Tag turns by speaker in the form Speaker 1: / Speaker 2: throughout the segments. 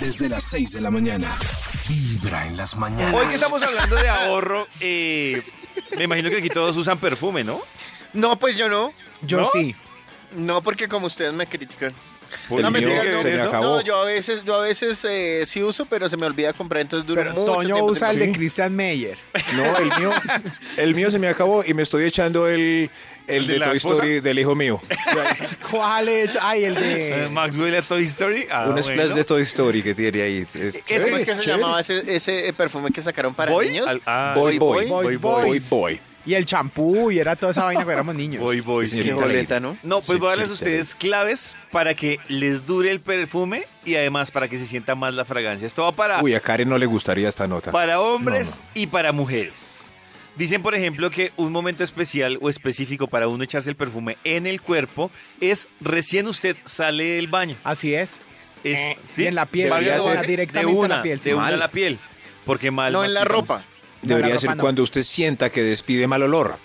Speaker 1: desde las 6 de la mañana. Vibra en las mañanas.
Speaker 2: Hoy que estamos hablando de ahorro, eh, me imagino que aquí todos usan perfume, ¿no?
Speaker 3: No, pues yo no.
Speaker 4: Yo
Speaker 2: ¿No?
Speaker 4: sí.
Speaker 3: No, porque como ustedes me critican.
Speaker 2: Por
Speaker 3: no,
Speaker 2: mí,
Speaker 3: mentira,
Speaker 2: ¿qué
Speaker 3: no,
Speaker 2: es
Speaker 5: me
Speaker 2: eso?
Speaker 5: acabó.
Speaker 3: no, yo a veces, yo a veces eh, sí uso, pero se me olvida comprar, entonces duro
Speaker 4: Pero
Speaker 3: mucho
Speaker 4: Toño
Speaker 3: tiempo
Speaker 4: usa el
Speaker 3: sin
Speaker 4: de Christian Meyer.
Speaker 5: No, el mío, el mío se me acabó y me estoy echando el, el
Speaker 2: ¿El de
Speaker 5: de,
Speaker 2: la
Speaker 5: Toy
Speaker 2: esposa?
Speaker 5: Story del hijo mío.
Speaker 4: ¿Cuál es? Ay, el
Speaker 2: Eh,
Speaker 4: de...
Speaker 2: Maxwell a Toy Story. Ah,
Speaker 5: Un splash
Speaker 2: bueno.
Speaker 5: de Toy Story que tiene ahí. Es
Speaker 3: comprar. ¿Cómo es que se
Speaker 5: chévere.
Speaker 3: llamaba ese, ese eh, perfume que sacaron para
Speaker 2: ¿Boy?
Speaker 3: niños?
Speaker 2: Al- ah,
Speaker 5: Boy, boy,
Speaker 4: Boy,
Speaker 5: boy, boy,
Speaker 4: boy.
Speaker 5: boy, boy.
Speaker 4: Y el champú, y era toda esa vaina cuando éramos niños.
Speaker 2: Boy, boy,
Speaker 5: Sí,
Speaker 3: Qué
Speaker 5: señorita.
Speaker 3: boleta, ¿no?
Speaker 2: No, pues
Speaker 5: Sí,
Speaker 2: voy a darles a
Speaker 5: sí,
Speaker 2: ustedes claves para que les dure el perfume y además para que se sienta más la fragancia. Esto va para,
Speaker 5: Uy, a Karen no le gustaría esta nota.
Speaker 2: para hombres y para mujeres. Dicen, por ejemplo, que un momento especial o específico para uno echarse el perfume en el cuerpo es recién usted sale del baño.
Speaker 4: Así es.
Speaker 2: Es,
Speaker 4: y en la piel,
Speaker 2: Varias
Speaker 5: debería ser-
Speaker 2: veces.
Speaker 4: directamente
Speaker 2: de
Speaker 4: a
Speaker 2: una,
Speaker 4: la piel, sí.
Speaker 2: De una a
Speaker 4: Mal.
Speaker 2: la piel. Porque mal.
Speaker 3: No en la
Speaker 2: Maxito.
Speaker 3: ropa.
Speaker 5: Debería
Speaker 4: No, la
Speaker 5: ser
Speaker 4: ropa no.
Speaker 5: cuando usted sienta que despide mal olor.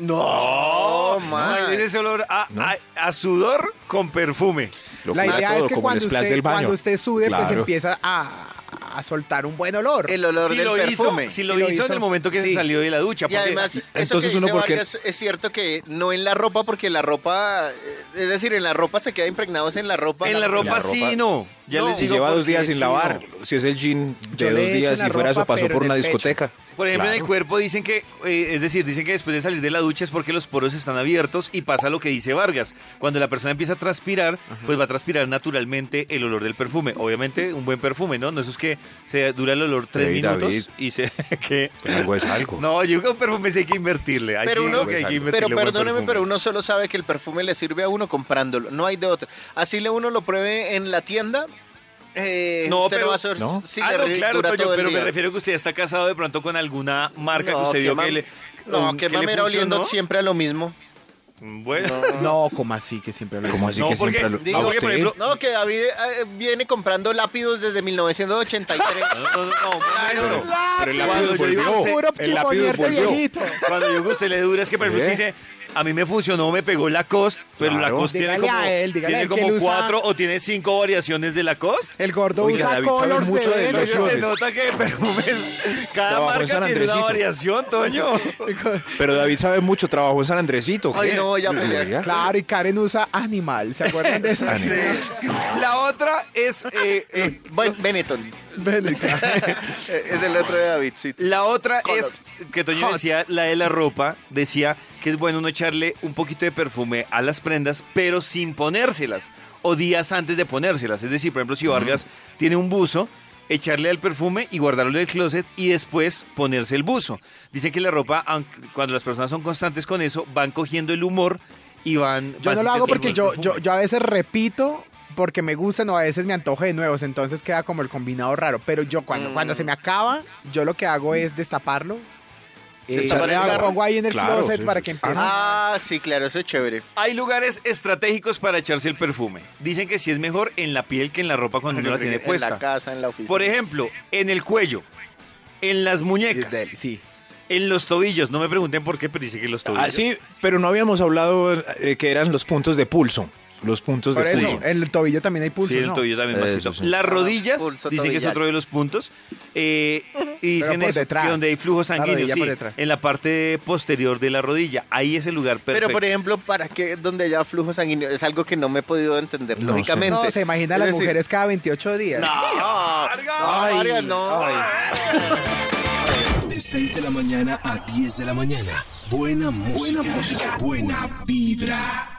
Speaker 3: No,
Speaker 2: Oh, No,
Speaker 3: man.
Speaker 2: es ese olor a,
Speaker 5: ¿No?
Speaker 2: a- a sudor con perfume.
Speaker 5: Lo
Speaker 4: La
Speaker 5: cura
Speaker 4: idea
Speaker 5: todo,
Speaker 4: es que
Speaker 5: como el
Speaker 4: cuando
Speaker 5: splash
Speaker 4: usted,
Speaker 5: del baño.
Speaker 4: cuando usted sude, pues
Speaker 5: Claro.
Speaker 4: empieza a, a soltar un buen olor.
Speaker 3: El olor
Speaker 2: Si
Speaker 3: del
Speaker 2: lo, hizo,
Speaker 3: perfume.
Speaker 2: si lo
Speaker 4: Sí lo
Speaker 2: hizo en
Speaker 4: hizo.
Speaker 2: el momento que se
Speaker 4: Sí.
Speaker 2: salió de la ducha.
Speaker 3: Y
Speaker 2: porque-
Speaker 3: además, eso que
Speaker 5: entonces
Speaker 3: dice
Speaker 5: uno, ¿por qué?
Speaker 3: Vargas, es cierto que no en la ropa, porque la ropa, eh, es decir, en la ropa se queda impregnados en la ropa.
Speaker 2: En la ropa,
Speaker 5: ropa-
Speaker 2: sí, no. Ya
Speaker 3: No.
Speaker 2: les
Speaker 5: Si
Speaker 2: digo
Speaker 5: lleva dos
Speaker 2: porque
Speaker 5: días sin
Speaker 2: sí,
Speaker 5: lavar,
Speaker 2: no.
Speaker 5: si es el jean
Speaker 4: Yo
Speaker 5: de dos
Speaker 4: le he hecho
Speaker 5: días,
Speaker 4: la
Speaker 5: si fuera eso,
Speaker 4: ropa,
Speaker 5: pasó
Speaker 4: pero
Speaker 5: por
Speaker 4: de
Speaker 5: una
Speaker 4: pecho.
Speaker 5: discoteca.
Speaker 2: Por ejemplo, en el
Speaker 5: Claro.
Speaker 2: cuerpo dicen que, eh, es decir, dicen que después de salir de la ducha es porque los poros están abiertos y pasa lo que dice Vargas. Cuando la persona empieza a transpirar, pues va a transpirar naturalmente el olor del perfume. Obviamente, un buen perfume, ¿no? No eso es que se dura el olor tres
Speaker 5: Ey,
Speaker 2: minutos
Speaker 5: David.
Speaker 2: y se... que
Speaker 5: Pero algo es algo.
Speaker 2: No, yo creo que un perfume sí hay que invertirle. Ahí
Speaker 3: Pero
Speaker 2: sí
Speaker 3: uno-
Speaker 2: creo que hay que
Speaker 3: Pero
Speaker 2: invertirle buen
Speaker 3: perdóneme,
Speaker 2: perfume.
Speaker 3: pero uno solo sabe que el perfume le sirve a uno comprándolo, no hay de otro. Así le uno lo pruebe en la tienda, eh,
Speaker 2: No,
Speaker 3: usted
Speaker 2: pero-
Speaker 3: no va a saber
Speaker 5: ¿no?
Speaker 3: si
Speaker 2: ah,
Speaker 3: le
Speaker 2: no,
Speaker 3: re-
Speaker 2: claro,
Speaker 3: dura
Speaker 2: Toño,
Speaker 3: todo el
Speaker 2: pero me
Speaker 3: día.
Speaker 2: refiero que usted está casado de pronto con alguna marca
Speaker 3: No,
Speaker 2: que usted
Speaker 3: qué
Speaker 2: vio
Speaker 3: mam-
Speaker 2: que le.
Speaker 3: No,
Speaker 2: um,
Speaker 3: que
Speaker 2: le
Speaker 3: mamera oliendo
Speaker 2: funcionó.
Speaker 3: siempre a lo mismo.
Speaker 2: Bueno.
Speaker 4: No, como así que siempre lo
Speaker 5: ¿Cómo así
Speaker 2: No,
Speaker 5: que
Speaker 2: porque-
Speaker 5: siempre lo-
Speaker 2: digo
Speaker 5: a
Speaker 2: que, por
Speaker 5: usted?
Speaker 2: ejemplo-
Speaker 3: No, que David eh, viene comprando lápidos desde 1983.
Speaker 2: No, no, no, un
Speaker 5: pero,
Speaker 2: momento. Cuando
Speaker 5: pero el lápiz
Speaker 2: yo digo
Speaker 5: volvió.
Speaker 4: Puro
Speaker 5: El lápiz
Speaker 4: ponerte
Speaker 5: volvió.
Speaker 4: viejito.
Speaker 2: Cuando yo que usted le dura es que, por ejemplo,
Speaker 5: ¿Eh?
Speaker 2: usted dice, a mí me funcionó, me pegó Lacoste, pero
Speaker 5: Claro.
Speaker 2: Lacoste tiene
Speaker 4: Dígale
Speaker 2: como,
Speaker 4: a él, dígale
Speaker 2: tiene
Speaker 4: a él que
Speaker 2: como
Speaker 4: él usa-
Speaker 2: cuatro o tiene cinco variaciones de Lacoste.
Speaker 4: El gordo
Speaker 5: Oiga,
Speaker 4: usa
Speaker 5: David sabe
Speaker 4: colors
Speaker 5: mucho de
Speaker 4: de
Speaker 2: Pero
Speaker 4: él.
Speaker 5: loción.
Speaker 2: se
Speaker 5: Versiones.
Speaker 2: nota que perfumes, cada
Speaker 5: Trabajó en
Speaker 2: marca
Speaker 5: San
Speaker 2: tiene una
Speaker 5: Andresito.
Speaker 2: variación, Toño.
Speaker 5: Pero David sabe mucho, trabajó en San Andresito.
Speaker 3: Ay,
Speaker 5: ¿qué?
Speaker 3: no voy a pelear.
Speaker 5: ¿Ya?
Speaker 4: Claro, y Karen usa animal. ¿Se acuerdan de esa?
Speaker 5: Animal.
Speaker 2: La otra es eh, eh,
Speaker 3: Eh, Ben- Benetton.
Speaker 4: Ven acá.
Speaker 3: Eh, Es el otro de David, sí.
Speaker 2: La otra
Speaker 3: Colors.
Speaker 2: es que Toño decía, la de la ropa, decía que es bueno no echarle un poquito de perfume a las prendas, pero sin ponérselas o días antes de ponérselas. Es decir, por ejemplo, si Vargas tiene un buzo, echarle el perfume y guardarlo en el closet y después ponerse el buzo. Dicen que la ropa, aunque- cuando las personas son constantes con eso, van cogiendo el humor y van...
Speaker 4: Yo
Speaker 2: van
Speaker 4: no lo
Speaker 2: sintiendo
Speaker 4: hago porque
Speaker 2: el
Speaker 4: yo,
Speaker 2: perfume.
Speaker 4: yo, yo a veces repito porque me gustan o a veces me antojo de nuevos, entonces queda como el combinado raro. Pero yo cuando, cuando se me acaba, yo lo lo es destaparlo. eh,
Speaker 3: Destapar el
Speaker 4: lo
Speaker 3: tarro.
Speaker 4: pongo ahí en el
Speaker 5: Claro,
Speaker 4: closet
Speaker 5: sí,
Speaker 4: para
Speaker 5: sí.
Speaker 4: que empiece.
Speaker 3: Ah, sí, claro, eso es chévere.
Speaker 2: Hay lugares estratégicos para echarse el perfume. Dicen que sí es mejor en la piel que en la ropa cuando uno la tiene
Speaker 3: en
Speaker 2: puesta.
Speaker 3: la casa, en la oficina.
Speaker 2: Por ejemplo, en el cuello, en las
Speaker 4: Del-
Speaker 2: muñecas,
Speaker 4: sí.
Speaker 2: en los tobillos. No me pregunten por qué, pero dice que los tobillos.
Speaker 5: Ah, sí, pero no habíamos hablado eh, que eran los puntos de pulso. Los puntos
Speaker 4: Por
Speaker 5: de
Speaker 4: eso,
Speaker 5: pulso.
Speaker 4: en el tobillo también hay pulso.
Speaker 2: Sí, el
Speaker 4: ¿no?
Speaker 2: tobillo también.
Speaker 5: Eso,
Speaker 2: Maxito.
Speaker 5: sí.
Speaker 2: Las rodillas,
Speaker 3: Pulso
Speaker 2: dicen que es
Speaker 3: tobillar.
Speaker 2: otro de los puntos. eh, y
Speaker 4: Pero
Speaker 2: dicen
Speaker 4: por
Speaker 2: eso,
Speaker 4: detrás.
Speaker 2: que donde hay flujo
Speaker 4: La
Speaker 2: sanguíneo,
Speaker 4: rodilla
Speaker 2: sí,
Speaker 4: por detrás.
Speaker 2: en la parte posterior de la rodilla. Ahí es el lugar perfecto.
Speaker 3: Pero, por ejemplo, ¿para qué donde haya flujo sanguíneo? Es algo que no me he podido entender,
Speaker 5: No sé.
Speaker 3: lógicamente.
Speaker 4: No, se imagina a
Speaker 3: Es
Speaker 4: las
Speaker 3: decir,
Speaker 4: mujeres cada 28 días.
Speaker 3: No,
Speaker 2: Vargas.
Speaker 3: no, Vargas, no.
Speaker 1: De 6 de la mañana a 10 de la mañana. Buena música. Buena música. Buena vibra.